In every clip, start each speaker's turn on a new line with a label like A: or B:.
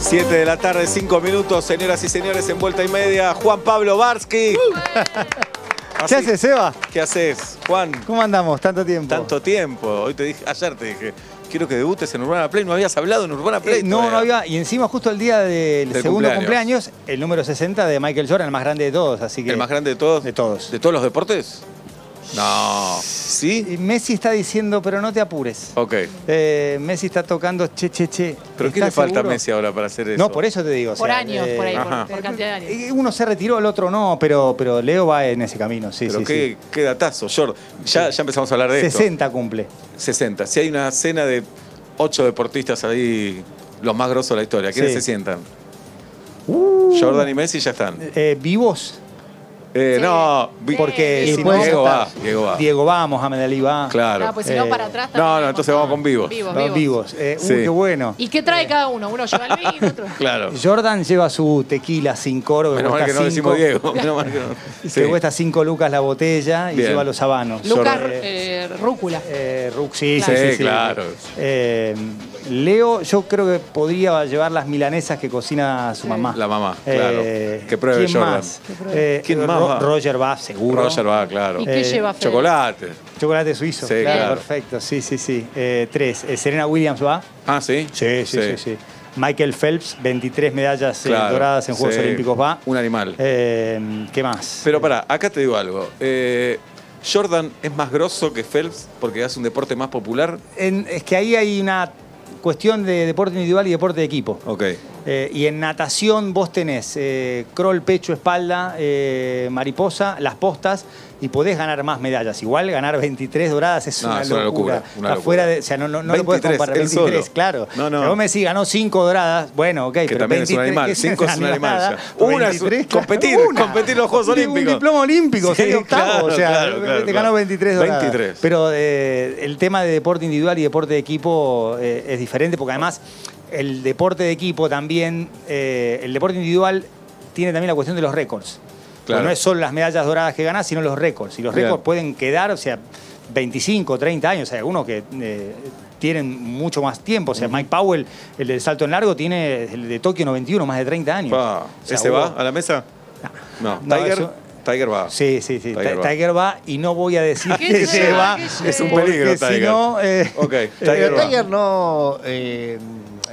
A: 7 de la tarde, 5 minutos, señoras y señores, en vuelta y media, Juan Pablo Barsky.
B: Uh.
A: Ah,
B: ¿Qué haces, Seba?
A: ¿Qué haces, Juan?
B: ¿Cómo andamos? Tanto tiempo. Eh,
A: Tanto tiempo. Hoy te dije, ayer te dije, quiero que debutes en Urbana Play. No habías hablado en Urbana Play.
B: Eh, no,
A: todavía.
B: no había. Y encima, justo el día del,
A: Del
B: segundo
A: cumpleaños.
B: cumpleaños. el número 60 de Michael Jordan, el más grande de todos. Así que
A: ¿El más grande de todos?
B: De todos.
A: ¿De todos los deportes? No. ¿Sí?
B: Y Messi está diciendo, pero no te apures.
A: Ok.
B: Eh, Messi está tocando che, che, che.
A: Oh. ¿Pero qué
B: ¿Estás
A: le falta
B: seguro?
A: a Messi ahora para hacer eso?
B: No, por eso te digo. o
C: Por
B: sea,
C: años, por ahí, por-
A: Ajá.
C: por, cantidad de años.
B: eh, Uno se retiró, el otro no, pero, pero Leo va en ese camino, sí,
A: Pero
B: sí,
A: qué, qué datazo, Jord. Ya, ya empezamos a hablar de
B: sí.
A: esto.
B: 60 cumple.
A: 60. Si hay una cena de ocho deportistas ahí, los más grosos de la historia, ¿quiénes
B: Sí. Uh.
A: se sientan? Jordan y Messi ya están.
B: Eh, vivos,
A: Eh,
C: Sí.
A: No, vi-
B: porque
C: Sí.
B: si
C: Y
B: no...
C: puedes
A: Diego
B: está-
A: va, Diego va.
B: Diego va, Mohamed Ali va.
A: Claro.
C: No, pues si no,
B: Eh,
C: para atrás
A: no,
C: también
A: no,
C: hay un
A: entonces vamos
C: montón.
A: con vivos.
C: Vivos,
B: Van
C: vivos.
B: vivos. Eh, uy,
A: Sí.
B: qué bueno.
C: ¿Y qué trae cada uno? Uno lleva el vino, otro.
A: Claro.
B: Jordan lleva su tequila sin coro, que
A: Menos mal
B: cuesta
A: que no
B: cinco,
A: decimos Diego. Menos mal que no.
B: que
A: Sí.
B: cuesta 5 lucas la botella y
A: Bien.
B: lleva los habanos.
C: Lucas
B: Eh,
C: eh, Rúcula.
B: Eh, Rux, sí,
A: Claro.
B: sí, sí,
A: Sí,
B: sí.
A: claro.
B: Eh, Leo, yo creo que podría llevar las milanesas que cocina su
C: Sí.
B: mamá.
A: La mamá,
B: Eh,
A: claro. Que pruebe
B: ¿quién
A: Jordan.
B: Más? Eh,
A: ¿Quién
B: Ro-
A: más va?
B: Roger va, seguro.
A: Roger va, claro.
C: ¿Y qué
B: eh,
C: lleva Fede?
A: Chocolate.
B: Chocolate suizo.
A: Sí, claro.
B: Perfecto, sí, sí, sí. Eh, tres. Eh, Serena Williams va.
A: Ah, sí.
B: Sí, sí, sí, sí. Michael Phelps, 23 medallas eh,
A: Claro,
B: doradas en Juegos
A: sí.
B: Olímpicos va.
A: Un animal.
B: Eh, ¿Qué más?
A: Pero pará, acá te digo algo. Eh, Jordan es más grosso que Phelps porque hace un deporte más popular.
B: En- es que ahí hay una cuestión de deporte individual y deporte de equipo.
A: Ok.
B: Eh, y en natación vos tenés eh, crawl, pecho, espalda, eh, mariposa, las postas y podés ganar más medallas. Igual ganar 23 doradas es,
A: No,
B: una,
A: es una locura,
B: locura.
A: una
B: Está
A: locura.
B: fuera de- o sea, no, no, no lo podés
A: 23,
B: comparar.
A: él solo.
B: 23, claro.
A: No, no.
B: Pero vos me decís, ganó 5 doradas. Bueno, ok.
A: Que
B: pero
A: también es un
B: 23,
A: animal.
B: que es
A: Cinco
B: una
A: es un animal
B: animalada,
A: ya. Una es-
B: 23,
A: competir, competir los Juegos
B: Un-
A: Olímpicos.
B: Un diploma olímpico,
A: Sí,
B: sería octavo. o sea,
A: claro, claro,
B: te
A: claro.
B: ganó 23 doradas.
A: 23.
B: Pero eh, el tema de deporte individual y deporte de equipo eh, es diferente porque además el deporte de equipo también, eh, el deporte individual tiene también la cuestión de los récords.
A: Claro.
B: Porque No es solo las medallas doradas que ganás, sino los récords. Y los
A: Bien.
B: récords pueden quedar, o sea, 25, 30 años. Hay algunos que eh, tienen mucho más tiempo. O sea, Mike Powell, el del salto en largo, tiene el de Tokio 91, más de 30 años.
A: Pa,
B: O sea,
A: ¿Ese
B: hubo-
A: va a la mesa? No.
B: No,
A: Tiger,
B: eso-
A: Tiger va.
B: Sí, sí, sí. Ti-
A: Tiger
B: Tiger,
A: va.
B: va y no voy a decir
C: ¿Qué
B: que se
C: lleva?
B: va.
C: ¿Qué
A: Es un
C: lleva?
B: porque
A: peligro, Tiger.
B: Si no, eh,
A: Ok, Tiger
D: Pero
A: va.
D: Tiger no, eh,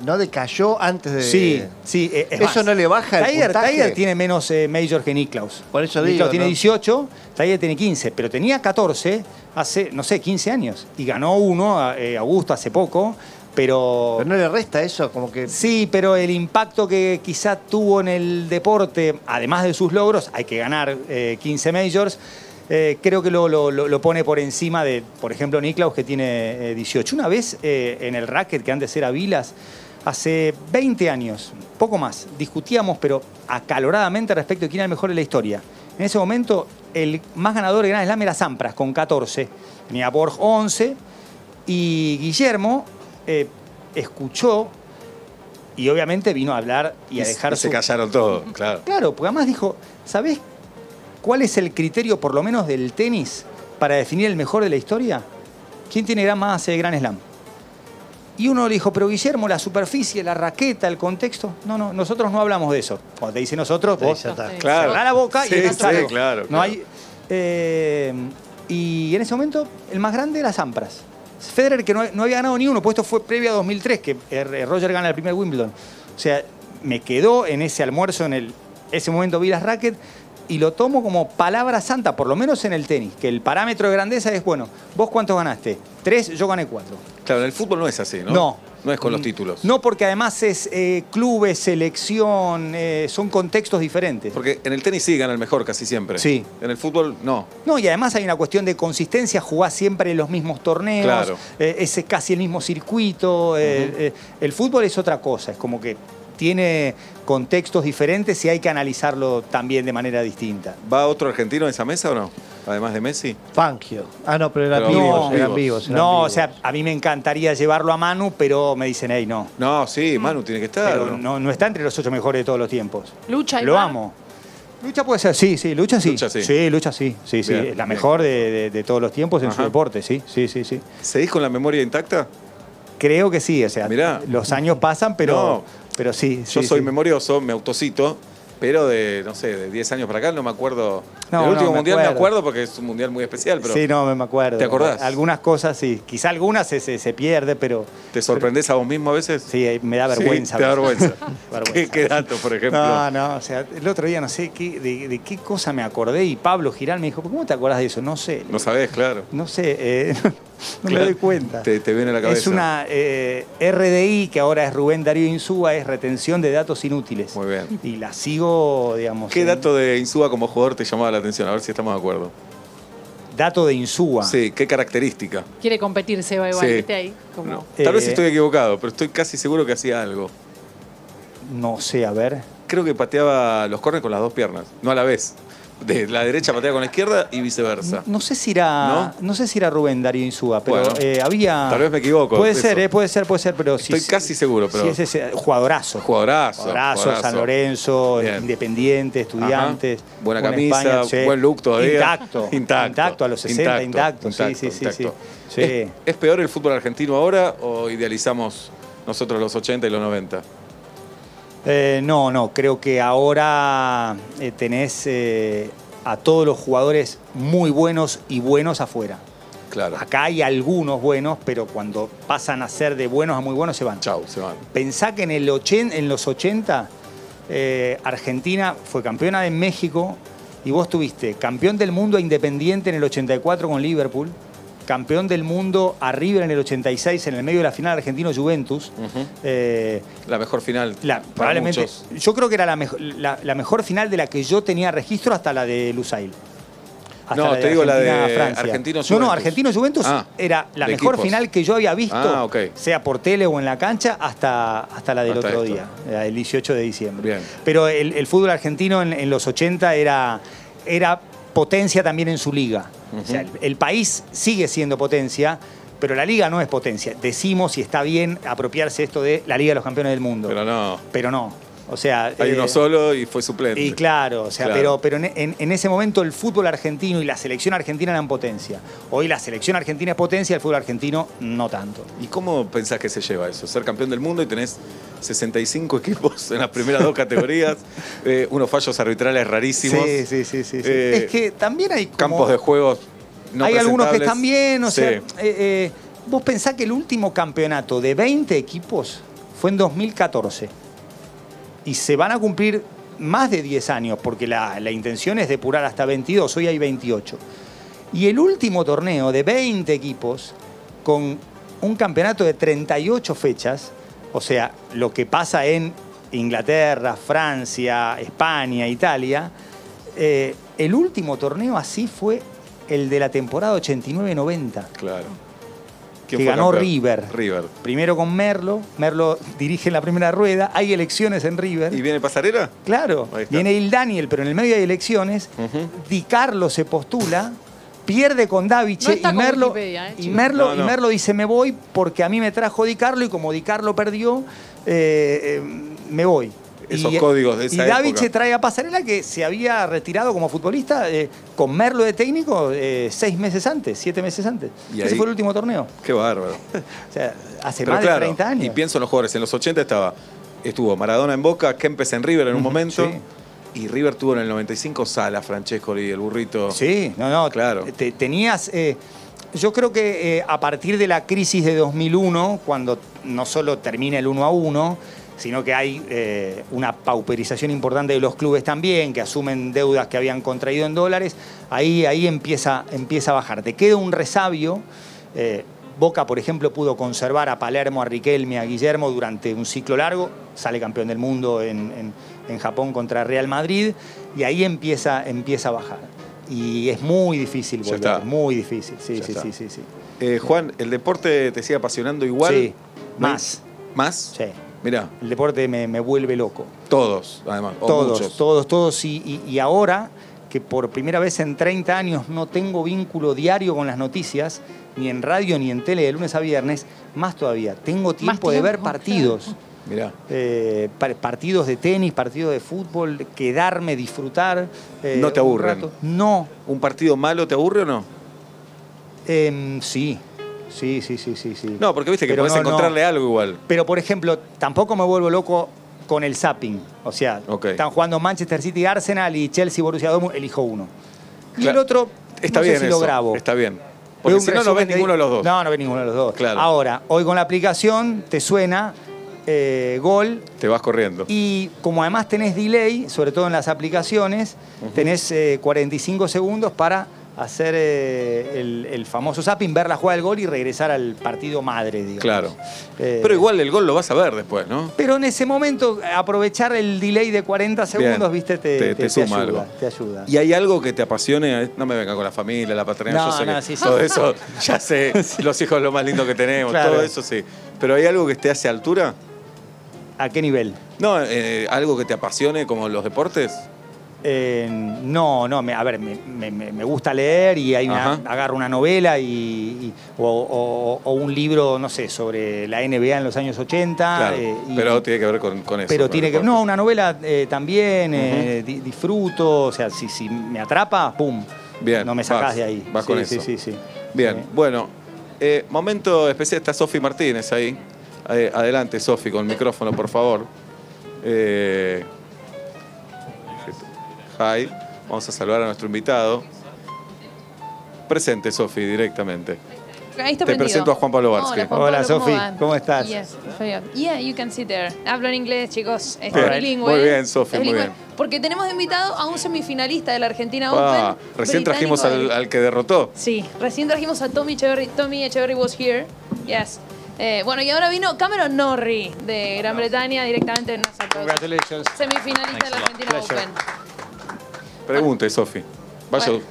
D: no decayó antes de.
B: Sí, sí. eh, es
D: ¿Eso
B: más.
D: no le baja el
B: Tiger,
D: puntaje?
B: Tiger tiene menos eh, major que Niklaus.
D: Por eso
B: Niklaus
D: digo,
B: tiene
D: ¿no?
B: 18, Tiger tiene 15, pero tenía 14 hace, no sé, 15 años. Y ganó uno, a- eh, Augusto, hace poco, pero...
D: Pero no le resta eso, como que.
B: Sí, pero el impacto que quizá tuvo en el deporte, además de sus logros, hay que ganar eh, 15 majors, eh, creo que lo, lo- lo- lo pone por encima de, por ejemplo, Niklaus, que tiene eh, 18. Una vez eh, en el racket, que antes era Vilas, hace 20 años, poco más, discutíamos, pero acaloradamente respecto a quién era el mejor en la historia. En ese momento, el más ganador de Grand Slam era Sampras, con 14. Tenía Borg 11. Y Guillermo eh, escuchó y obviamente vino a hablar y, a dejar
A: se
B: su-
A: callaron todos, claro.
B: Claro, porque además dijo, ¿sabés cuál es el criterio, por lo menos del tenis, para definir el mejor de la historia? ¿Quién tiene gran más de Gran Slam? Y uno le dijo, pero Guillermo, la superficie, la raqueta, el contexto. No, no, nosotros no hablamos de eso. Cuando te dice nosotros, vos
D: ya está.
A: Claro.
B: cerrá la boca
A: Sí, sí,
B: y escuchalo.
A: claro, claro.
B: No hay, eh, y en ese momento, el más grande era Sampras. Federer, que no, no había ganado ni uno, pues esto fue previo a 2003, que eh, Roger gana el primer Wimbledon. O sea, me quedó en ese almuerzo, en el, ese momento vi las racket, y lo tomo como palabra santa, por lo menos en el tenis, que el parámetro de grandeza es, bueno, vos cuántos ganaste, tres, yo gané cuatro.
A: Claro, en el fútbol no es así, ¿no?
B: No. Mm,
A: No es con los títulos.
B: No, porque además es eh, clubes, selección, eh, son contextos diferentes.
A: Porque en el tenis sí gana el mejor casi siempre.
B: Sí.
A: En el fútbol no.
B: No, y además hay una cuestión de consistencia, jugás siempre en los mismos torneos,
A: Claro.
B: eh, es casi el mismo circuito. eh, eh, el fútbol es otra cosa, es como que tiene contextos diferentes y hay que analizarlo también de manera distinta.
A: ¿Va otro argentino a esa mesa o no? Además de Messi.
D: Fangio. Ah, no, pero eran
A: Pero
D: vivos,
B: no,
D: eran vivos. eran
B: no,
D: vivos.
B: o sea, a mí me encantaría llevarlo a Manu, pero me dicen, hey, no.
A: No, sí, Manu tiene que estar. ¿o
B: Pero no, no está entre los ocho mejores de todos los tiempos.
C: Lucha y
B: Lo
C: Mar.
B: amo. Lucha puede ser, sí, sí, lucha sí.
A: Lucha sí.
B: lucha sí, sí, sí.
A: Bien,
B: es la
A: bien.
B: mejor de, de- de todos los tiempos en su
A: Ajá.
B: deporte, sí, sí, sí, sí.
A: ¿Seguís con la memoria intacta?
B: Creo que sí, o sea,
A: Mirá.
B: los años pasan, pero,
A: No.
B: pero sí.
A: Yo
B: sí,
A: soy
B: sí.
A: memorioso, me autocito, pero de, no sé, de 10 años para acá no me acuerdo.
B: No,
A: Del
B: no,
A: último
B: me
A: mundial me
B: acuerdo.
A: acuerdo porque es un mundial muy especial, pero
B: Sí, no, me- me acuerdo.
A: ¿Te acordás?
B: Algunas cosas sí. Quizá algunas se, se, se pierde, pero
A: ¿te sorprendés a vos mismo a veces?
B: sí, eh, me da vergüenza.
A: Sí, te da
B: a veces.
A: vergüenza.
B: Vergüenza.
A: ¿Qué, qué dato, por ejemplo?
B: No, no, o sea, el otro día no sé qué, de, de qué cosa me acordé y Pablo Giral me dijo, ¿cómo te acordás de eso? No sé.
A: No sabés, claro.
B: No sé, eh, no me
A: Claro.
B: doy cuenta.
A: Te, te viene a la cabeza.
B: Es una eh, RDI, que ahora es Rubén Darío Insúa, es retención de datos inútiles.
A: Muy bien.
B: Y la sigo, digamos.
A: ¿Qué
B: en-
A: dato de Insúa como jugador te llamaba la atención? A ver si estamos de acuerdo.
B: Dato de Insúa.
A: Sí, ¿qué característica?
C: Quiere competir, Seba, igual,
A: Sí.
C: viste ahí. Como...
A: No. Tal vez
B: Eh,
A: estoy equivocado, pero estoy casi seguro que hacía algo.
B: No sé, a ver.
A: Creo que pateaba los corners con las dos piernas, no a la vez. De la derecha pateaba con la izquierda y viceversa.
B: No sé si era.
A: ¿No?
B: ¿No? sé si era Rubén Darío Insúa, pero
A: Bueno.
B: eh, había.
A: Tal vez me equivoco,
B: Puede
A: eso.
B: ser, eh, puede ser, puede ser, pero sí.
A: Estoy
B: sí-
A: casi seguro, pero-
B: sí es ese, jugadorazo.
A: Jugadorazo,
B: Jugadorazo,
A: jugadorazo.
B: San Lorenzo,
A: Bien.
B: Independiente, Estudiantes.
A: Ajá. Buena
B: con
A: camisa,
B: España, sí.
A: buen look todavía.
B: Intacto.
A: Intacto.
B: a los 60, intacto. sí, sí, sí, sí.
A: intacto. Eh.
B: Sí.
A: ¿Es, es peor el fútbol argentino ahora o idealizamos nosotros los 80 y los 90?
B: Eh, no, no, creo que ahora eh, tenés eh, a todos los jugadores muy buenos y buenos afuera.
A: Claro.
B: Acá hay algunos buenos, pero cuando pasan a ser de buenos a muy buenos se van.
A: Chau, se van.
B: Pensá que en, el ochen- en los 80 eh, Argentina fue campeona de México y vos tuviste campeón del mundo a Independiente en el 84 con Liverpool, campeón del mundo a River en el 86 en el medio de la final argentino-Juventus.
A: Ujú.
B: Eh,
A: La mejor final.
B: la-
A: para
B: probablemente,
A: muchos.
B: yo creo que era la, mejo- la- la mejor final de la que yo tenía registro hasta la de Lusail. Hasta
A: No, te digo la de Argentinos-Juventus.
B: No, no, Argentino Juventus
A: Ah,
B: era la
A: de
B: mejor
A: equipos.
B: final que yo había visto,
A: Ah, ok.
B: sea por tele o en la cancha, hasta, hasta la del
A: Hasta
B: otro
A: esto.
B: día, eh, el 18 de diciembre.
A: Bien.
B: Pero el, el fútbol argentino en, en los 80 era, era potencia también en su liga. O sea, el, el país sigue siendo potencia. Pero la liga no es potencia. Decimos y está bien apropiarse esto de la Liga de los Campeones del Mundo
A: Pero no.
B: pero no. O sea,
A: Hay
B: eh,
A: uno solo y fue suplente.
B: Y claro, o sea,
A: Claro.
B: pero, pero en, en- en ese momento el fútbol argentino y la selección argentina eran potencia. Hoy la selección argentina es potencia, el fútbol argentino no tanto.
A: ¿Y cómo pensás que se lleva eso? Ser campeón del mundo y tenés 65 equipos en las primeras dos categorías, eh, unos fallos arbitrales rarísimos,
B: sí, sí, sí. sí.
A: Eh,
B: es que también hay como-
A: campos de juegos no
B: hay algunos que
A: presentables.
B: están bien, o
A: Sí.
B: sea, eh, eh, vos pensás que el último campeonato de 20 equipos fue en 2014 y se van a cumplir más de 10 años porque la, la intención es depurar hasta 22, hoy hay 28. Y el último torneo de 20 equipos con un campeonato de 38 fechas, o sea, lo que pasa en Inglaterra, Francia, España, Italia, eh, el último torneo así fue el de la temporada 89-90.
A: Claro.
B: Que ganó
A: campeón?
B: River.
A: River.
B: Primero con Merlo, Merlo dirige en la primera rueda, hay elecciones en River.
A: ¿Y viene Pasarela?
B: Claro,
A: Ahí está.
B: viene Il Daniel, pero en el medio hay elecciones.
A: Ujú.
B: Di Carlo se postula, pierde con
C: No
B: Daviche
C: está
B: y,
C: con
B: Merlo,
C: Wikipedia, eh,
B: y,
C: chicos.
B: Merlo,
A: No, no.
B: y Merlo dice: Me voy porque a mí me trajo Di Carlo y como Di Carlo perdió, eh, eh, me voy.
A: Esos
B: Y- eh,
A: códigos de esa
B: Y Daviche
A: época.
B: trae a Pasarela que se había retirado como futbolista eh, con Merlo de técnico eh, seis meses antes, siete meses antes.
A: Y
B: Ese
A: ahí-
B: fue el último torneo.
A: Qué bárbaro.
B: O sea, hace
A: Pero
B: más
A: claro,
B: Este de 30 años.
A: y pienso en los jugadores. En los 80 estaba, estuvo Maradona en Boca, Kempes en River en un momento.
B: sí.
A: Y River tuvo en el 95 Sala, Francesco y el burrito.
B: Sí, no, no,
A: Claro.
B: te- tenías, eh, yo creo que eh, a partir de la crisis de 2001, cuando no solo termina el 1 a 1, sino que hay eh, una pauperización importante de los clubes también, que asumen deudas que habían contraído en dólares, ahí, ahí empieza, empieza a bajar. Te queda un resabio. eh, Boca, por ejemplo, pudo conservar a Palermo, a Riquelme, a Guillermo durante un ciclo largo, sale campeón del mundo en, en- en Japón contra Real Madrid, y ahí empieza, empieza a bajar. Y es muy difícil
A: Ya
B: volver,
A: está.
B: muy difícil. Sí,
A: Ya
B: sí,
A: está.
B: sí, sí, sí.
A: Eh, Juan, ¿el deporte te sigue apasionando igual?
B: Sí,
A: ¿No hay-
B: más.
A: ¿Más?
B: Sí.
A: Mirá,
B: El deporte me, me vuelve loco.
A: todos, además. o
B: todos,
A: muchos.
B: todos, todos. Y, y- y ahora que por primera vez en 30 años no tengo vínculo diario con las noticias, ni en radio ni en tele de lunes a viernes, más todavía. Tengo tiempo, de ver
C: tiempo, claro.
B: partidos.
A: Mirá.
B: eh, par- partidos de tenis, partidos de fútbol, quedarme, disfrutar. eh,
A: No te
B: un
A: aburren.
B: rato. No,
A: ¿Un partido malo te aburre o no?
B: Em, sí, Sí, sí, sí, sí, sí.
A: No, porque viste que
B: Pero
A: podés
B: no, no.
A: encontrarle algo igual.
B: Pero, por ejemplo, tampoco me vuelvo loco con el zapping. O sea,
A: Ok.
B: están jugando Manchester City, Arsenal y Chelsea, Borussia Dortmund, elijo uno. Y el
A: Claro.
B: otro,
A: Está
B: no
A: bien
B: sé si
A: eso.
B: lo grabo.
A: Está bien.
B: Veo
A: Porque
B: un
A: si no, no
B: resumen
A: ves ninguno de los dos.
B: No, no ves ninguno de los dos.
A: Claro.
B: Ahora, hoy con la aplicación te suena eh, gol
A: Te vas corriendo.
B: y como además tenés delay, sobre todo en las aplicaciones, tenés eh, 45 segundos para hacer eh, el, el famoso zapping, ver la jugada del gol y regresar al partido madre, digamos.
A: Claro.
B: Eh,
A: Pero igual el gol lo vas a ver después, ¿no?
B: Pero en ese momento, aprovechar el delay de 40 segundos, viste, te,
A: Te- te suma
B: ayuda,
A: algo.
B: Te ayuda.
A: ¿Y hay algo que te apasione? eh, No me venga con la familia, la paternidad.
B: No,
A: yo sé
B: no,
A: que
B: sí, sí.
A: todo eso, ya sé, los hijos lo más lindo que tenemos,
B: Claro.
A: todo eso sí. Pero ¿hay algo que te hace altura?
B: ¿A qué nivel?
A: No, eh, algo que te apasione como los deportes.
B: Eh, no, no, me- a ver, me, me- me- me gusta leer y hay una-
A: Ajá.
B: agarro una novela y, y- o, o- o un libro, no sé, sobre la NBA en los años 80.
A: claro.
B: eh, y-
A: pero tiene que ver con, con eso.
B: pero
A: con
B: tiene que...
A: deportes.
B: No, una novela eh, también, eh, di- disfruto, o sea, si, si me atrapa, ¡pum!
A: Bien,
B: No me sacás
A: vas,
B: de ahí.
A: vas
B: sí,
A: con
B: sí,
A: eso.
B: sí, sí.
A: Bien,
B: Eh,
A: bueno. eh, momento especial, está Sofi Martínez ahí. Eh, adelante, Sofi, con el micrófono, por favor. Eh, hi, vamos a saludar a nuestro invitado. Presente, Sofi, directamente.
E: Ahí
A: Te
E: está prendido.
A: presento a Juan Pablo Barsky.
E: Hola, Juan
B: Hola,
E: Pablo,
B: Sofi,
E: va?
B: ¿cómo estás?
E: Yes, very good. yeah, you can sit there. Hablo en inglés, chicos. Es
A: Bien.
E: bilingüe.
A: Muy bien, Sofi,
E: Es
A: muy
E: bilingüe.
A: bien.
E: Porque tenemos invitado a un semifinalista de la Argentina
A: Pa,
E: Open.
A: Ah, recién
E: británico
A: trajimos al,
E: del-
A: al que derrotó.
E: Sí, recién trajimos a Tommy Echeverry. Tommy Echeverry was here. Yes. Eh, bueno, y ahora vino Cameron Norrie de Gran Bretaña directamente en NASA.
B: Congratulations.
E: Semifinalista de la Argentina
B: Pleasure.
E: Open.
A: Pregunte, Sofi. Vaya.
E: Bueno.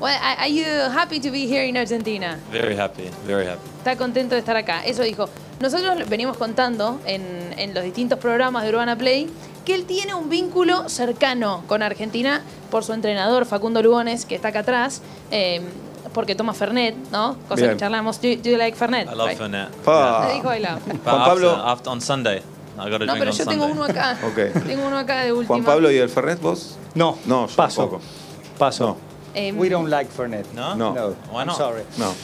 E: Well, are are you happy to be here in Argentina?
F: Very happy, very happy.
E: Está contento de estar acá. Eso dijo. Nosotros venimos contando en, en los distintos programas de Urbana Play que él tiene un vínculo cercano con Argentina por su entrenador Facundo Lugones, que está acá atrás, eh, porque toma Fernet, ¿no? Cosa
A: Bien.
E: que charlamos. Do, do you like Fernet?
F: I love
E: Right.
F: Fernet.
A: Pa.
E: Le dijo I love.
F: But
A: Juan
F: after-
A: Pablo.
F: after- on Sunday, I got a
E: No,
F: drink
E: pero
F: on
E: yo
F: Sunday.
E: tengo uno acá.
A: Ok.
E: Tengo uno acá de última.
A: Juan Pablo y el Fernet, vos.
B: No,
A: No, yo
B: paso.
A: tampoco.
B: Paso.
E: Em,
B: We don't like Fernet.
F: No?
A: No.
F: Why
B: I'm
F: not?
B: sorry.
A: No.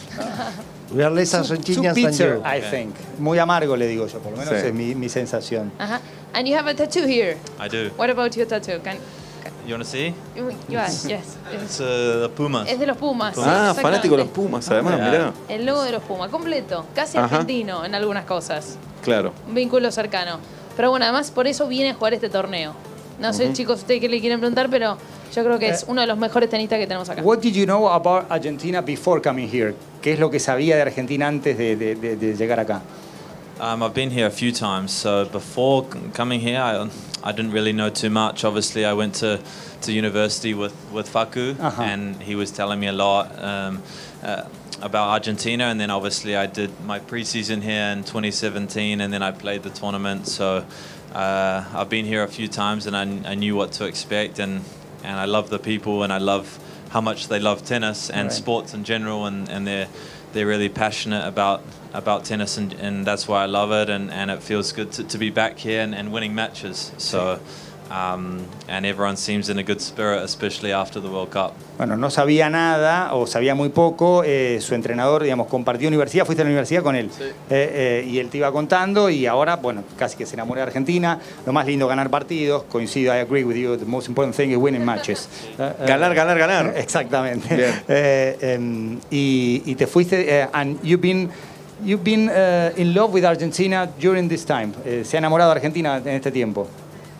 D: Verlesa
B: Too
D: Sonchiña
B: bitter,
D: Sancho.
B: I think. Muy amargo, le digo yo, por lo menos
A: Sí.
B: es mi, mi sensación.
E: Ajá. And you have a tattoo here.
F: I do.
E: What about your tattoo? Can,
F: You want to see?
E: yes, yes.
F: It's a puma.
E: Es de los Pumas.
A: Ah,
E: sí,
A: fanático de los
E: exactamente.
A: Pumas, además,
F: Ah.
A: mirá.
E: El logo de los Pumas, completo, casi
A: Ajá.
E: argentino en algunas cosas,
A: Claro.
E: un vínculo cercano. Pero bueno, además por eso viene a jugar este torneo. No sé, chicos, ustedes qué le quieren preguntar, pero yo creo que
A: Eh.
E: es uno de los mejores tenistas que tenemos acá.
B: What did you know about Argentina before coming here? ¿Qué es lo que sabía de Argentina antes de, de- de- de llegar acá?
F: Um, I've been here a few times. So before c- coming here, I, I didn't really know too much. Obviously, I went to, to university with, with Faku,
B: Uh-huh.
F: and he was telling me a lot um, uh, about Argentina. And then obviously, I did my preseason here in 2017, and then I played the tournament. So uh, I've been here a few times, and I, kn- I knew what to expect. And, and I love the people, and I love how much they love tennis and
B: Right.
F: sports in general, and, and they're they're really passionate about about tennis, and, and that's why I love it, and, and it feels good to, to be back here and, and winning matches. So, um, and everyone seems in a good spirit, especially after the World Cup.
B: Bueno, no sabía nada o sabía muy poco. eh, su entrenador, digamos, compartió universidad, fuiste a la universidad con él. Eh, eh, y él te iba contando y ahora, bueno, casi que se enamoró de Argentina. Lo más lindo ganar partidos. Coincido, I agree with you. The most important thing is winning matches. Eh, eh,
A: Ganar, ganar, ganar.
B: Exactamente.
A: Bien.
B: Eh, em, y, y te fuiste, eh, and you've been, you've been eh, in love with Argentina during this time. Eh, se ha enamorado de Argentina en este tiempo.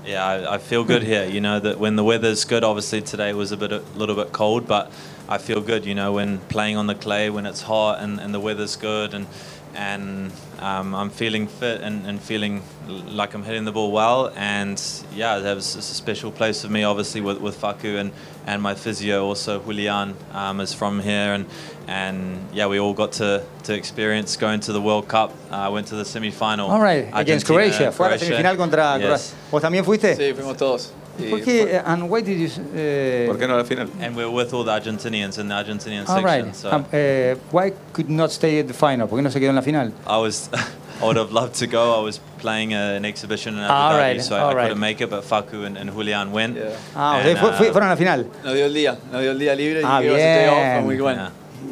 F: Yeah, I, I feel good here. You know that when the weather's good. Obviously today was a bit, a little bit cold, but I feel good. You know when playing on the clay, when it's hot and, and the weather's good, and and um, I'm feeling fit and, and feeling l- like I'm hitting the ball well. And yeah, that was it's a special place for me. Obviously with, with Faku and, and my physio also Julian um, is from here, and and yeah, we all got to, to experience going to the World Cup. Uh, I went to the semi-final.
B: All right, against
F: Oh, Argentina
B: Croatia.
F: and
B: Fue a la semifinal contra
F: Yes.
B: Croacia. ¿Vos también fuiste?
G: Sí, fuimos todos. Y
B: ¿Por qué?
G: fue-
B: eh, And why did you, eh,
A: ¿Por qué no a la final?
F: And we're with all the Argentinians in the Argentinian
B: All
F: section.
B: right.
F: So
B: Um, eh, why could not stay at the final? ¿Por qué no se quedó en la final?
F: I was, I would have loved to go. I was playing a, an exhibition in Abu
B: All
F: Dhabi,
B: right,
F: so
B: all
F: I
B: right.
F: couldn't make it. But Faku and, and Julian went.
G: Yeah.
B: Ah,
F: And,
B: ustedes fu- fu-
F: uh,
B: fueron a la final.
G: Nos dio el día, nos dio el día libre y
B: Ah,
G: creo que ese day off
A: Ah,
B: bien.
G: fue muy bueno.
F: yeah.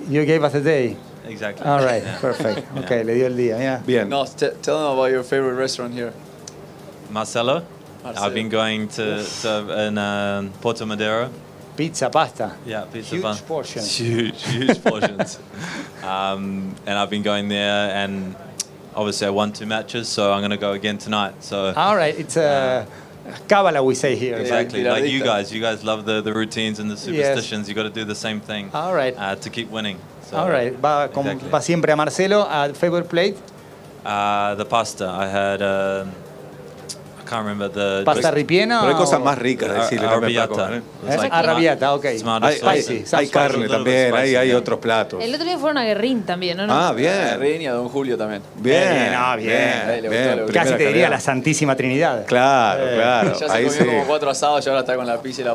B: You gave us a day.
F: uh, exactly.
B: All right,
F: Yeah.
B: perfect.
F: Yeah.
B: Okay, le dio el día, mira.
A: Bien.
G: No, t- tell them about your favorite restaurant here.
F: Marcelo.
G: Marcelo.
F: I've been going to, to in um, Porto Madero.
B: Pizza, pasta.
F: Yeah, pizza
B: Huge
F: bun.
B: portions.
F: Huge, huge portions. um, and I've been going there, and obviously I won two matches, so I'm going to go again tonight. So
B: All right, it's a Kabbalah we say here.
F: exactly,
G: Yeah,
F: like you
G: Giradita.
F: guys, you guys love the, the routines and the superstitions. You got to do the same thing.
B: All right.
F: Uh, to keep winning. So,
B: All right, va, con-
F: exactly.
B: va siempre a Marcelo, a Favorite Plate,
F: Uh, the pasta. I had. Um, I can't remember the.
B: pasta ripiena.
A: Pero hay cosas
B: o-
A: más ricas,
F: Ar-
A: decirle también para
F: arrabbiata.
A: comer, ¿eh?
F: It's
B: Eh, arrabbiata,
F: tomato-
B: okay.
F: tomato
A: Hay, hay-
F: sauce
B: Spicy,
F: and-
B: some
A: hay
F: A
A: carne
F: little bit
A: también,
F: spicy,
A: hay, hay
F: yeah.
A: otros platos.
E: El otro día fueron a Guerrín también, ¿no?
A: Ah,
G: A
A: bien.
G: Reina, Don Julio también.
A: Bien.
B: Bien, ah, bien.
G: Ahí le gustó, le gustó.
A: primera
B: Casi te diría
A: calidad.
B: la Santísima Trinidad.
A: Claro,
B: Eh,
A: claro.
G: Ya se
A: Ahí
G: comió
A: sí.
G: como cuatro asados y ahora está con la pizza y la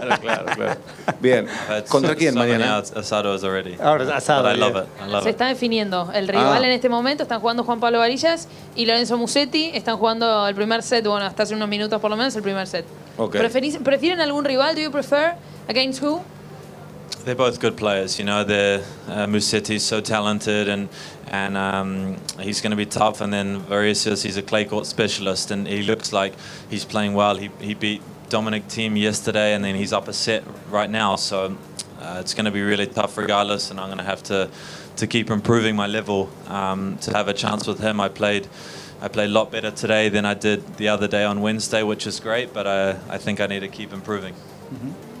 A: Claro, claro, claro. Bien.
F: I've had
A: ¿Contra
F: so-
A: quién
F: so many
A: mañana?
F: as- asados already.
B: Ahora, asado,
F: But I love
B: bien.
F: it. I love
E: Se
F: it.
E: está definiendo el rival
A: Ah.
E: en este momento. Están jugando Juan Pablo Varillas y Lorenzo Musetti. Están jugando el primer set, bueno, hasta hace unos minutos por lo menos el primer set.
A: Ok.
E: Preferís- ¿Prefieren algún rival? ¿Do you prefer against who?
F: They're both good players, you know. They're uh, Musetti's so talented, and and um, he's going to be tough. And then Varesius, he's a clay court specialist, and he looks like he's playing well. He he beat Dominic Team yesterday, and then he's up a set right now. So uh, it's going to be really tough, regardless. And I'm going to have to to keep improving my level um, to have a chance with him. I played. I played a lot better today than I did the other day on Wednesday, which is great, but I, I think I need to keep improving.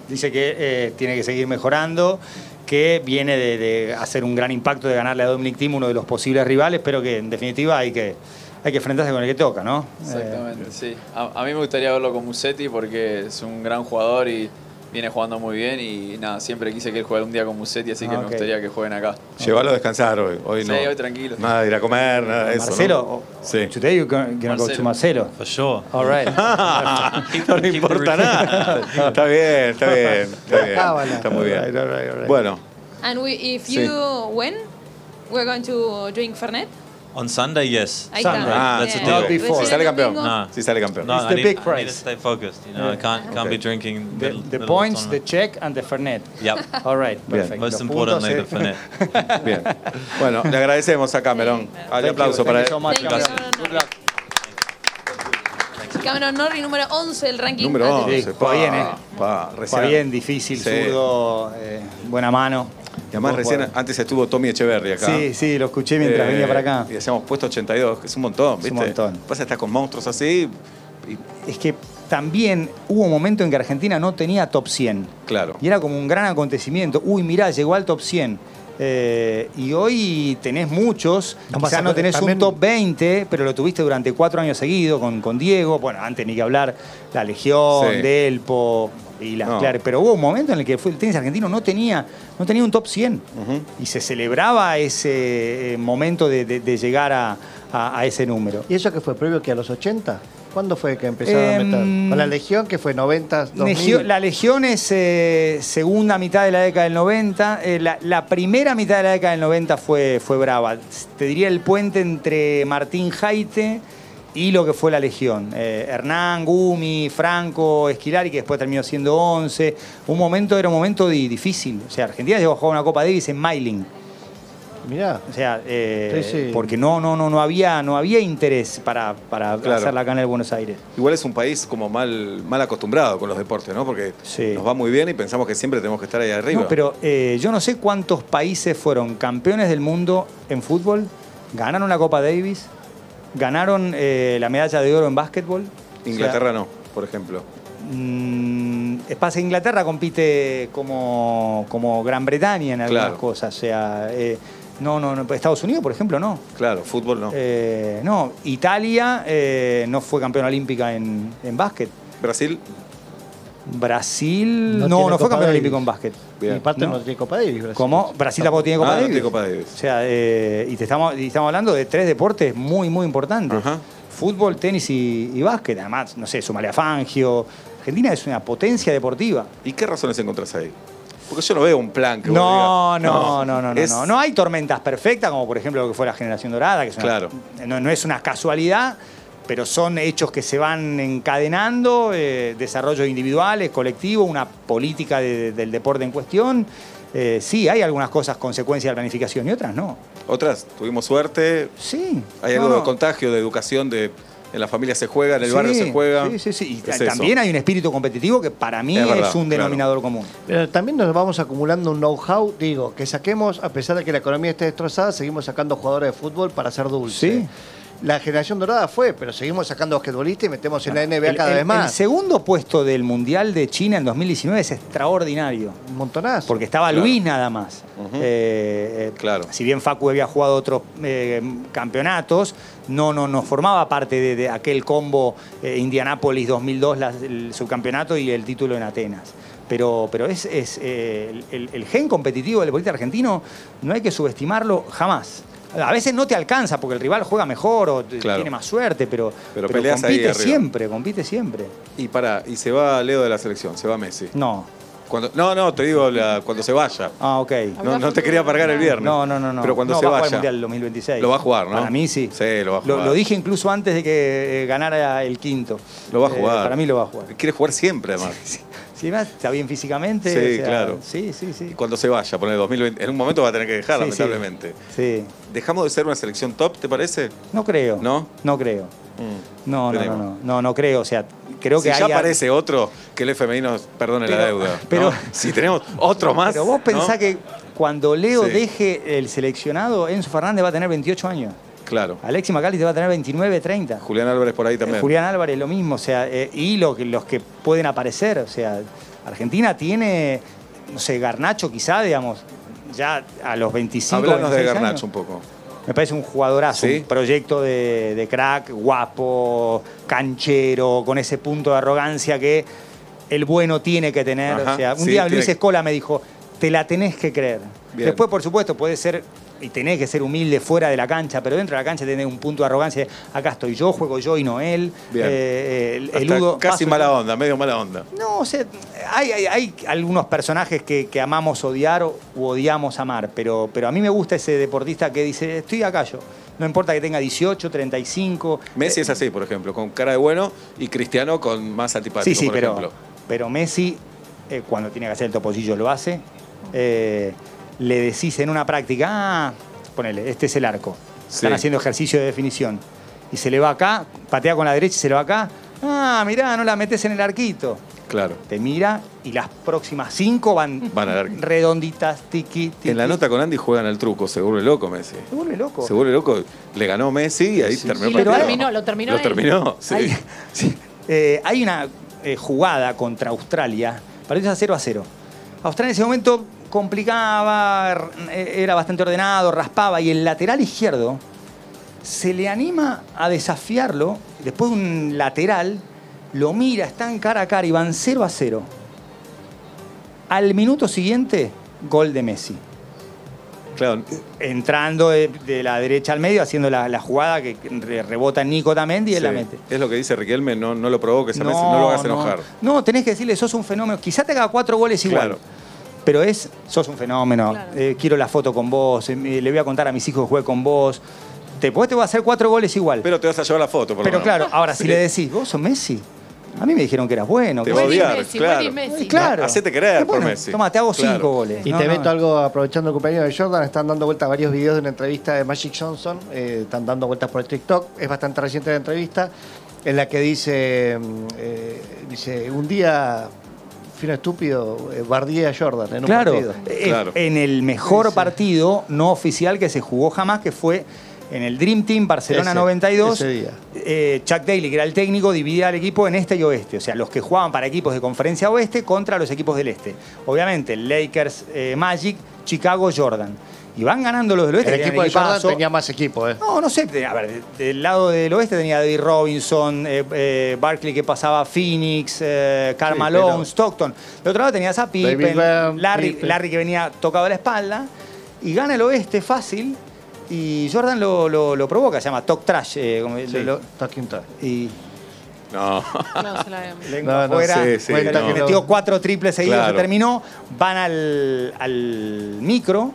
B: Dice que eh, tiene que seguir mejorando, que viene de, de hacer un gran impacto, de ganarle a Dominic Thiem, uno de los posibles rivales, pero que en definitiva hay que, hay que enfrentarse con el que toca, ¿no? Eh,
G: Exactamente, sí. A, a mí me gustaría verlo con Musetti porque es un gran jugador y viene jugando muy bien. Y nada, siempre quise que él jugara un día con Musetti, así que
B: Ah,
G: me
B: ok.
G: gustaría que jueguen acá.
A: Llévalo a descansar hoy. Hoy
G: Sí,
A: no.
G: hoy tranquilo.
A: Nada de ir a comer, nada de eso. ¿no?
B: Eh, Marcelo, o-
A: Sí.
B: today you're gonna, gonna go to Marcelo.
F: For sure.
B: All right.
A: no le importa nada. Está bien, está bien. Está, bien.
D: Cábala.
A: está muy
B: Ah, All
A: bien.
B: right, all right, all right.
A: Bueno,
E: And we, if
A: Sí.
E: you win, we're going to drink Fernet.
F: On Sunday, yes.
E: Ahí
B: Sunday.
E: está.
A: Ah,
F: that's a
E: Bien.
F: deal.
B: before.
E: Recién el
A: sale campeón.
E: domingo.
F: No.
A: Sí, sale campeón.
F: No,
B: It's
F: I
B: the
F: need,
B: big
F: I need to
B: prize.
F: stay focused. You know, I can't can't
A: Okay.
F: be drinking.
B: The,
F: middle-
B: the
F: middle of
B: points, the
F: tournament.
B: check and the Fernet.
F: Yep.
B: All right,
A: Bien.
B: perfect.
F: Most
B: Los puntos,
F: importantly,
B: eh.
F: the finesse.
A: Bien. Bueno, le agradecemos a Cameron. Al
B: Thank
A: aplauso
B: you,
A: para él.
B: thank you so much,
E: Thank you,
B: Cameron.
E: Cameron Norrie. Cameron Norrie, número 11 del ranking.
A: Número
E: ATP.
A: 11.
B: Sí,
A: pa,
B: fue bien, ¿eh?
A: pa, recién-
B: Está bien, difícil,
A: Sí.
B: zurdo, eh, buena mano.
A: Y además recién, antes estuvo Tommy Echeverry acá.
B: Sí, sí, lo escuché mientras
A: Eh,
B: venía para acá.
A: Y decíamos puesto 82, que es un montón,
B: Es
A: ¿viste?
B: un montón.
A: Pasa, estás con monstruos así. y-
B: es que también hubo un momento en que Argentina no tenía top 100.
A: Claro.
B: Y era como un gran acontecimiento. Uy, mirá, llegó al top 100. Eh, y hoy tenés muchos,
D: No
B: quizás
D: pasa
B: no
D: con-
B: tenés
D: también-
B: un top 20, pero lo tuviste durante cuatro años seguidos con, con Diego, bueno, antes ni que hablar, la Legión,
A: Sí.
B: Delpo y las
A: No.
B: Clare, pero hubo un momento en el que fue, el tenis argentino no tenía, no tenía un top 100 y se celebraba ese eh, momento de, de- de llegar a- a- a ese número.
D: ¿Y eso que fue previo que a los 80? ¿Cuándo fue que empezaron a
B: Em,
D: meter? Con la Legión, que fue 90, 2000.
B: Legio- la Legión es eh, segunda mitad de la década del 90. Eh, la, la primera mitad de la década del 90 fue, fue brava. Te diría el puente entre Martín Jaite y lo que fue la Legión. Eh, Hernán, Gumi, Franco, Esquilari, que después terminó siendo 11. Un momento, era un momento di- difícil. O sea, Argentina llegó a jugar una Copa Davis en Mailing.
D: Mirá.
B: O sea, eh,
D: Sí, sí.
B: porque no, no, no, no había, no había interés para, para
A: Claro.
B: hacerla acá en el Buenos Aires.
A: Igual es un país como mal, mal acostumbrado con los deportes, ¿no? Porque
B: Sí.
A: nos va muy bien y pensamos que siempre tenemos que estar ahí arriba.
B: No, pero eh, yo no sé cuántos países fueron campeones del mundo en fútbol, ganaron la Copa Davis, ganaron eh, la medalla de oro en básquetbol.
A: Inglaterra no, por ejemplo.
B: O sea, mm, es- pasa, Inglaterra compite como, como Gran Bretaña en algunas
A: Claro.
B: cosas. O sea, eh, no, no, no, Estados Unidos, por ejemplo, no.
A: Claro, fútbol no.
B: Eh, no, Italia eh, no fue campeona olímpica en, en básquet.
A: Brasil,
B: Brasil no,
D: No
B: no,
D: tiene
B: fue
D: Copa
B: campeón
D: Davis.
B: olímpico en básquet.
A: Bien.
D: Y parte no,
B: No.
D: tiene Copa Davis. Brasil.
B: ¿Cómo? Brasil tampoco tiene Copa
A: Ah, no
B: Davis.
A: tiene Copa Davis.
B: O sea, eh, y te estamos, y estamos hablando de tres deportes muy, muy importantes.
A: Ajá.
B: Fútbol, tenis y, y básquet. Además, no sé, sumale a Fangio. Argentina es una potencia deportiva.
A: ¿y qué razones encontrás ahí? Porque yo no veo un plan que vos
B: No,
A: digas,
B: no, no, no, no,
A: es-
B: no. No hay tormentas perfectas, como por ejemplo lo que fue la generación dorada, que es una-
A: Claro.
B: no, no es una casualidad, pero son hechos que se van encadenando, eh, desarrollos individuales, colectivos, una política de- del deporte en cuestión. eh, sí hay algunas cosas consecuencia de la planificación y otras no.
A: Otras, tuvimos suerte.
B: Sí.
A: Hay
B: no,
A: algo de
B: no.
A: contagio, de educación, de en la familia se juega, en el
B: Sí,
A: barrio se juega.
B: Sí, sí, sí. Y
A: Es
B: ta-
A: eso.
B: también hay un espíritu competitivo que para mí
A: Es
B: es,
A: verdad,
B: un
A: claro.
B: denominador común.
D: Pero Eh, también nos vamos acumulando un know-how, digo, que saquemos, a pesar de que la economía esté destrozada, seguimos sacando jugadores de fútbol para ser dulce.
B: Sí.
D: La generación dorada fue, pero seguimos sacando basquetbolistas y metemos en la NBA
B: El-
D: cada
B: el-
D: vez más.
B: El segundo puesto del Mundial de China en 2019 es extraordinario.
D: un montonazo.
B: Porque estaba
A: Claro.
B: Luis nada más.
A: Ujú.
B: Eh, eh,
A: Claro.
B: Si bien Facu había jugado otros eh, campeonatos, no, no, no formaba parte de, de aquel combo eh, Indianápolis 2002, las- el subcampeonato y el título en Atenas. Pero, pero es, es, eh, el, el- el gen competitivo del deportista argentino no hay que subestimarlo jamás. A veces no te alcanza porque el rival juega mejor o t-
A: Claro.
B: tiene más suerte, pero,
A: Pero peleas ahí
B: compite
A: arriba.
B: siempre, compite siempre.
A: Y para, y se va Leo de la selección, se va Messi.
B: No.
A: Cuando, no, no, te digo la- cuando se vaya.
B: Ah, ok.
A: No, no te quería pargar el viernes.
B: No, no, no, no.
A: Pero cuando
B: No,
A: se
B: va a jugar
A: vaya.
B: el Mundial 2026.
A: Lo va a jugar, ¿no?
B: Para mí sí.
A: Sí, lo va a
B: Lo,
A: jugar.
B: lo dije incluso antes de que eh, ganara el quinto.
A: Lo va a
B: Eh,
A: jugar.
B: para mí lo va a jugar.
A: Quiere jugar siempre, además.
B: Si además está bien físicamente.
A: Sí,
B: o sea,
A: claro.
B: Sí, sí, sí.
A: Y cuando se vaya, poner 2020, en un momento va a tener que dejar,
B: Sí, sí.
A: lamentablemente.
B: Sí.
A: ¿Dejamos de ser una selección top, te parece?
B: No creo.
A: ¿No? Mm.
B: No creo. No, no, no,
A: Veremos.
B: no, no, no creo. O sea, creo
A: si
B: que
A: ya
B: hay-
A: aparece otro, que el FMI nos perdone la
B: Pero-
A: deuda. ¿no?
B: pero-
A: si tenemos otro más.
B: Pero vos pensás
A: ¿no?
B: que cuando Leo
A: Sí.
B: deje el seleccionado, Enzo Fernández va a tener 28 años.
A: Claro.
B: Alexis Macalli va a tener 29, 30.
A: Julián Álvarez por ahí también.
B: Eh, Julián Álvarez lo mismo, o sea, eh, y lo que- los que pueden aparecer, o sea, Argentina tiene, no sé, Garnacho quizá, digamos, ya a los 25,
A: Hablanos de
B: 26
A: Garnacho
B: años.
A: un poco.
B: Me parece un jugadorazo,
A: Sí.
B: un proyecto de, de crack, guapo, canchero, con ese punto de arrogancia que el bueno tiene que tener.
A: Ajá,
B: o sea, un
A: sí,
B: día
A: tiene
B: Luis
A: que-
B: Escola me dijo, te la tenés que creer.
A: Bien.
B: Después, por supuesto, puede ser y tenés que ser humilde fuera de la cancha, pero dentro de la cancha tenés un punto de arrogancia. de, Acá estoy yo, juego yo y no él.
A: Bien.
B: Eh, el, el
A: Hasta
B: Udo-
A: casi
B: paso-
A: mala onda, medio mala onda.
B: no, o sea, hay, hay- hay algunos personajes que, que amamos odiar o u odiamos amar, pero, pero a mí me gusta ese deportista que dice, estoy acá yo. No importa que tenga 18, 35.
A: Messi
B: eh,
A: es así, por ejemplo, con cara de bueno y Cristiano con más antipático,
B: Sí, sí,
A: por
B: pero,
A: ejemplo.
B: pero Messi, eh, cuando tiene que hacer el topollillo, lo hace. Eh, le decís en una práctica, ah, ponele, este es el arco. Están
A: Sí.
B: haciendo ejercicio de definición. Y se le va acá, patea con la derecha y se le va acá. Ah, mirá, no la metes en el arquito.
A: Claro.
B: te mira y las próximas cinco van,
A: Van al arco.
B: redonditas, tiqui, tiqui.
A: En la nota con Andy juegan al truco, se vuelve loco Messi.
B: Se vuelve loco.
A: Se vuelve loco, le ganó Messi y ahí terminó
C: Y
A: el
C: lo
A: partido.
C: terminó, lo terminó
A: Lo
C: él.
A: terminó, sí.
B: Hay, sí. Eh, hay una eh, jugada contra Australia, parece a 0 a 0. Australia en ese momento complicaba, r- eh, era bastante ordenado, raspaba y el lateral izquierdo se le anima a desafiarlo, después de un lateral, lo mira, están cara a cara y van 0 a 0. Al minuto siguiente, gol de Messi.
A: Claro,
B: entrando de, de la derecha al medio, haciendo la, la jugada que re- rebota en Nico Tamendi y él la
A: sí.
B: mete.
A: Es lo que dice Riquelme, no, no lo provoques a Messi, no lo hagas
B: no.
A: enojar.
B: No. tenés que decirle, sos un fenómeno. Quizá te haga cuatro goles igual.
A: Claro.
B: Pero es, sos un fenómeno.
E: Claro.
B: eh, quiero la foto con vos. eh, le voy a contar a mis hijos que juegue con vos. Te, podés- te voy a hacer cuatro goles igual.
A: Pero te vas a llevar la foto, por lo
B: Pero
A: menos.
B: claro, ahora si
A: Sí.
B: le decís, vos sos Messi. A mí me dijeron que eras bueno.
A: Te
B: que
A: va a
B: sos-
C: Vení
A: odiar,
C: Messi,
A: claro.
C: vení Messi.
B: Eh, Claro.
A: Hacete creer
B: Eh,
A: por
B: bueno,
A: Messi.
B: Tomá, te hago
A: Claro.
B: cinco goles. este-
D: Y
B: No,
D: te
B: no,
D: meto
B: no.
D: algo, aprovechando el cumpleaños de Jordan, están dando vueltas varios videos de una entrevista de Magic Johnson, eh, están dando vueltas por el TikTok, es bastante reciente la entrevista, en la que dice, mm, eh, dice, un día, fino estúpido, eh, bardié a Jordan en un
B: claro,
D: partido.
B: eh,
A: Claro.
B: En el mejor
D: Sí, sí.
B: partido no oficial que se jugó jamás, que fue en el Dream Team Barcelona
D: Ese,
B: 92.
D: ese día.
B: eh, Chuck Daly, que era el técnico, dividía al equipo en este y oeste. O sea, los que jugaban para equipos de conferencia oeste contra los equipos del este. Obviamente, Lakers, eh, Magic, Chicago, Jordan. Y van ganando los del oeste.
D: El
B: tenían
D: equipo de Jordan
B: equipazo.
D: tenía más equipo, ¿eh?
B: No, no sé. tenía- A ver, de- del lado del oeste tenía David Robinson, eh, eh, Barkley que pasaba a Phoenix, eh, Karl
D: Sí,
B: Malone,
D: pero-
B: Stockton. Del otro lado tenías a Pippen,
D: David Byrne,
B: Larry,
D: Pippen.
B: Larry que venía tocado a la espalda. Y gana el oeste fácil. Y Jordan lo, lo- lo provoca, se llama Talk Trash. eh, como-
D: Sí,
B: lo-
D: talking talk.
B: y
A: No,
E: No, se la vemos.
B: lengua
D: No, no,
B: afuera,
A: sí, sí,
B: cuenta
A: no.
B: que metió cuatro triples seguidos,
A: Claro.
B: se terminó, van al, al micro,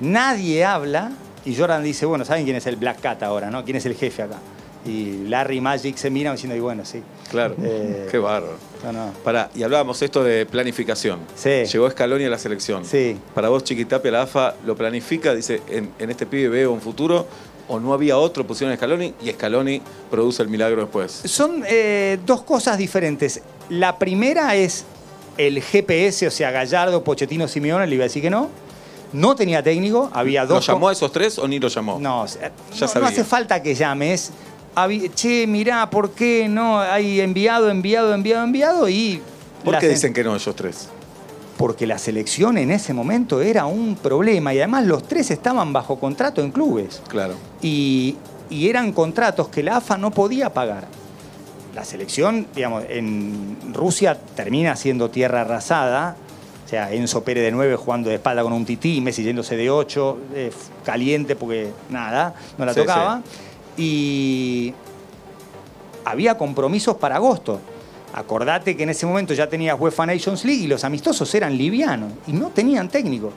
B: nadie habla y Jordan dice, bueno, ¿saben quién es el Black Cat ahora, no? ¿Quién es el jefe acá? Y Larry y Magic se miran diciendo, y bueno, sí.
A: Claro.
B: Eh,
A: Qué bárbaro.
B: No, no.
A: Pará, y hablábamos esto de planificación.
B: Sí.
A: Llegó Scaloni a la selección.
B: Sí.
A: Para vos, Chiquitapia, la AFA lo planifica, dice, en, en este pibe veo un futuro, o no había otro, pusieron a Scaloni, y Scaloni produce el milagro después.
B: Son eh, dos cosas diferentes. La primera es el GPS, o sea, Gallardo, Pochettino, Simeone, le iba a decir que no. No tenía técnico, había
A: ¿Lo
B: dos...
A: llamó a esos tres o ni lo llamó?
B: No, o sea,
A: Oh. Ya
B: no- no,
A: sabía.
B: hace falta que llames. Habi- Che, mirá, ¿por qué no? Hay enviado, enviado, enviado, enviado y...
A: ¿Por
B: la
A: qué
B: se-
A: dicen que no ellos tres?
B: Porque la selección en ese momento era un problema y además los tres estaban bajo contrato en clubes
A: Claro.
B: y, y eran contratos que la AFA no podía pagar. La selección, digamos, en Rusia termina siendo tierra arrasada. O sea, Enzo Pérez de 9 jugando de espalda con un tití, Messi yéndose de 8, caliente porque nada, no la
A: Sí,
B: tocaba. Y había compromisos para agosto. Acordate que en ese momento ya tenías UEFA Nations League y los amistosos eran livianos y no tenían técnico.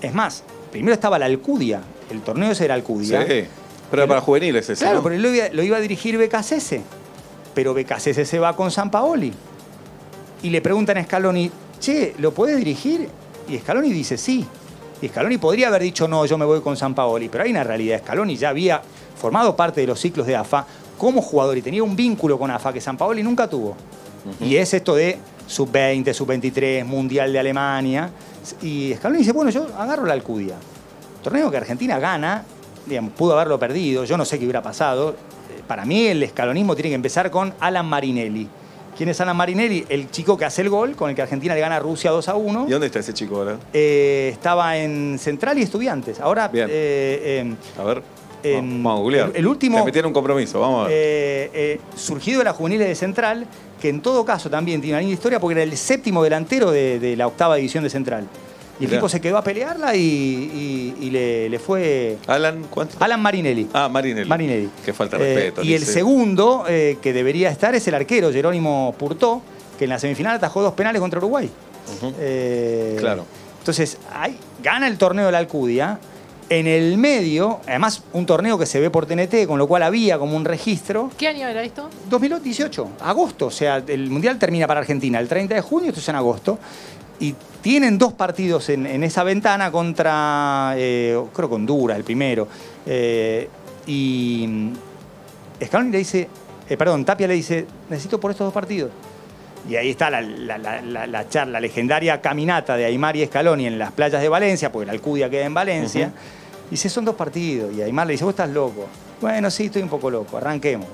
B: Es más, primero estaba la Alcudia, el torneo ese era
A: Sí.
B: Alcudia.
A: Pero, para juveniles ese,
B: Claro,
A: ¿no?
B: pero lo iba, lo iba a dirigir Becasese. Pero Becasese se va con San Paoli. Y le preguntan a Scaloni, che, ¿lo puede dirigir? Y Scaloni dice sí. Y Scaloni podría haber dicho, no, yo me voy con San Paoli. Pero hay una realidad. Scaloni ya había formado parte de los ciclos de AFA como jugador y tenía un vínculo con AFA que San Paoli nunca tuvo. Y es esto de sub-20, sub-23, Mundial de Alemania. Y Scaloni dice, bueno, yo agarro la Alcudia. Torneo que Argentina gana, digamos, pudo haberlo perdido, yo no sé qué hubiera pasado. Eh, Para mí el escalonismo tiene que empezar con Alan Marinelli. ¿Quién es Alan Marinelli? El chico que hace el gol con el que Argentina le gana a Rusia 2 a 1.
A: ¿Y dónde está ese chico ahora?
B: Eh, estaba en Central y Estudiantes. Ahora,
A: Bien.
B: eh, em,
A: A ver.
B: Em,
A: vamos a googlear.
B: el- el último-
A: Te metieron un compromiso, vamos a ver.
B: eh, eh, surgido de las juveniles de Central, que en todo caso también tiene una linda historia porque era el séptimo delantero de, de la octava división de Central. Y el
A: Mirá.
B: tipo se quedó a pelearla y, y- y le, le fue...
A: Alan, ¿cuánto?
B: Alan Marinelli.
A: Ah, Marinelli.
B: Marinelli.
A: Qué falta de
B: Eh,
A: respeto.
B: y el
A: dice.
B: segundo eh, que debería estar es el arquero, Jerónimo Purtó, que en la semifinal atajó dos penales contra Uruguay.
A: Ujú.
B: Eh,
A: Claro.
B: Entonces, ahí gana el torneo de la Alcudia. En el medio, además, un torneo que se ve por TNT, con lo cual había como un registro.
E: ¿Qué año era esto?
B: 2018, agosto, o sea, el Mundial termina para Argentina el 30 de junio, esto es en agosto, y tienen dos partidos en, en esa ventana contra, eh, creo que Honduras, el primero, eh, y mm, Scaloni le dice, eh, perdón, Tapia le dice, necesito por estos dos partidos. Y ahí está la, la- la- la- la charla, la legendaria caminata de Aymar y Scaloni en las playas de Valencia, porque la Alcudia queda en Valencia. Y dice, son dos partidos. Y Aymar le dice, vos estás loco. Bueno, sí, estoy un poco loco, arranquemos.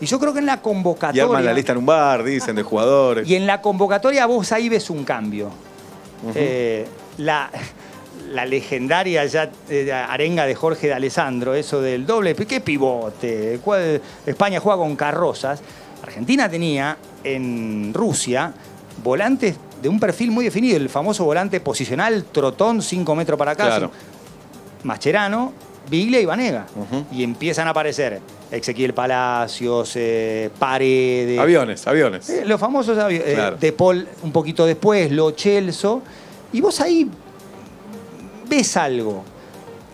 B: Y yo creo que en la
A: Y
B: convocatoria...
A: arman la lista en un bar, dicen, de jugadores.
B: Y en la convocatoria vos ahí ves un cambio. Eh, la, la legendaria ya eh, arenga de Jorge de Alessandro, eso del doble, qué pivote, cuál- España juega con carrozas. Argentina tenía en Rusia volantes de un perfil muy definido, el famoso volante posicional, trotón, 5 metros para acá,
A: Claro.
B: Mascherano, Viglia y Vanega.
A: Ujú.
B: Y empiezan a aparecer Ezequiel Palacios, eh, Paredes.
A: Aviones, aviones.
B: Eh, los famosos avio- eh,
A: Claro.
B: De Paul un poquito después, Lo Celso. Y vos ahí ves algo.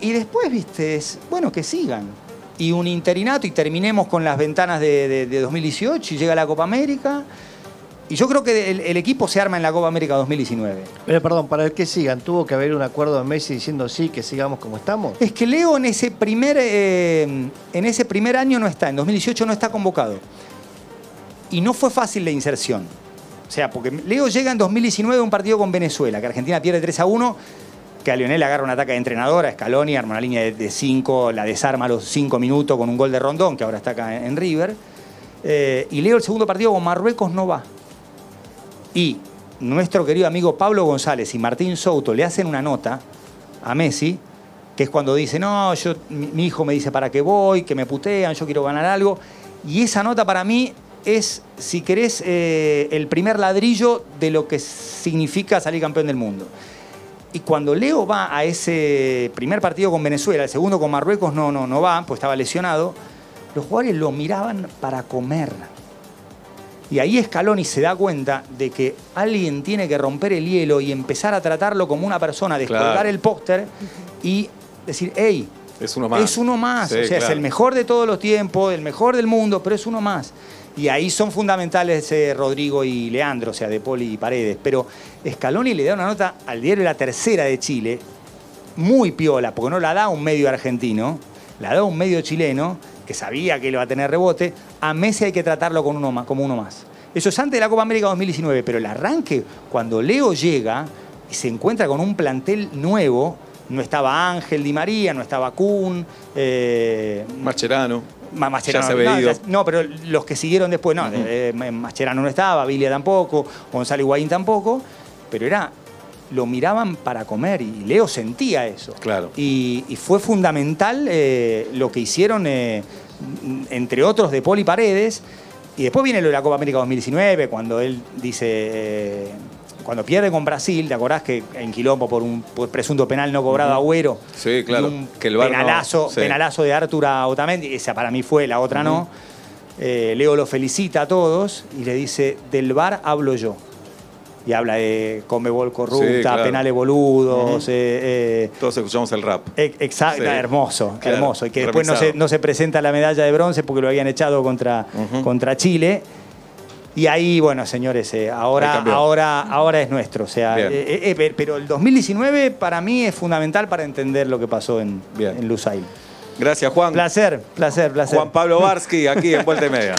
B: Y después, viste, es, bueno, que sigan. Y un interinato y terminemos con las ventanas de, de- de 2018 y llega la Copa América. Y yo creo que el, el equipo se arma en la Copa América 2019.
D: Pero perdón, para el que sigan, tuvo que haber un acuerdo de Messi diciendo sí, que sigamos como estamos.
B: Es que Leo en ese primer, eh, en ese primer año no está, en 2018 no está convocado. Y no fue fácil la inserción. O sea, porque Leo llega en 2019 a un partido con Venezuela, que Argentina pierde 3 a 1, que a Lionel agarra un ataque de entrenador, a Scaloni, arma una línea de- de 5, la desarma a los 5 minutos con un gol de Rondón, que ahora está acá en, en River. Eh, y Leo el segundo partido con Marruecos no va. Y nuestro querido amigo Pablo González y Martín Souto le hacen una nota a Messi, que es cuando dice, no, yo, mi, mi hijo me dice para qué voy, que me putean, yo quiero ganar algo. Y esa nota para mí es, si querés, eh, el primer ladrillo de lo que significa salir campeón del mundo. Y cuando Leo va a ese primer partido con Venezuela, el segundo con Marruecos no, no, no va, pues estaba lesionado, los jugadores lo miraban para comer. Y ahí Scaloni se da cuenta de que alguien tiene que romper el hielo y empezar a tratarlo como una persona, descolgar
A: Claro.
B: el póster y decir, hey,
A: Es uno más.
B: Es uno más.
A: Sí,
B: o sea, es
A: claro.
B: el mejor de todos los tiempos, el mejor del mundo, pero es uno más. Y ahí son fundamentales eh, Rodrigo y Leandro, o sea, De Poli y Paredes. Pero Scaloni le da una nota al diario La Tercera de Chile, muy piola, porque no la da un medio argentino, la da un medio chileno que sabía que le va a tener rebote. A Messi hay que tratarlo con uno más, como uno más. Eso es antes de la Copa América 2019, pero el arranque, cuando Leo llega y se encuentra con un plantel nuevo, no estaba Ángel Di María, no estaba Kun, eh,
A: Mascherano.
B: Ma- Mascherano,
A: Ya se había
B: no,
A: ido.
B: ya- no, pero los que siguieron después, no, eh, eh, Mascherano no estaba, Vilia tampoco, Gonzalo Higuaín tampoco, pero era, lo miraban para comer y Leo sentía eso.
A: Claro.
B: Y, y fue fundamental eh, lo que hicieron, eh, m- entre otros, de Poli Paredes. Y después viene lo de la Copa América 2019, cuando él dice, eh, cuando pierde con Brasil, ¿te acordás que en Quilombo por un por presunto penal no cobrado a Agüero?
A: Sí, claro,
B: y un
A: que el VAR no-
B: penalazo,
A: sí.
B: penalazo de Artura Otamendi, esa para mí fue, la otra no. Eh, Leo lo felicita a todos y le dice, del VAR hablo yo. Y habla de Comebol corrupta,
A: Sí, claro.
B: penales boludos,
A: Ujú.
B: eh, eh,
A: Todos escuchamos el rap.
B: Ex- Exacto,
A: Sí.
B: hermoso,
A: Claro,
B: hermoso. Y que después no se,
A: remixado.
B: no se presenta la medalla de bronce porque lo habían echado contra,
A: Ujú.
B: contra Chile. Y ahí, bueno, señores, eh,
A: Ahí
B: ahora,
A: cambió.
B: ahora, ahora es nuestro. O sea,
A: Bien.
B: eh, eh, eh, pero el 2019 para mí es fundamental para entender lo que pasó en,
A: Bien.
B: en Lusail.
A: Gracias, Juan.
B: Placer, placer, placer.
A: Juan Pablo Barsky, aquí en Vuelta y Media.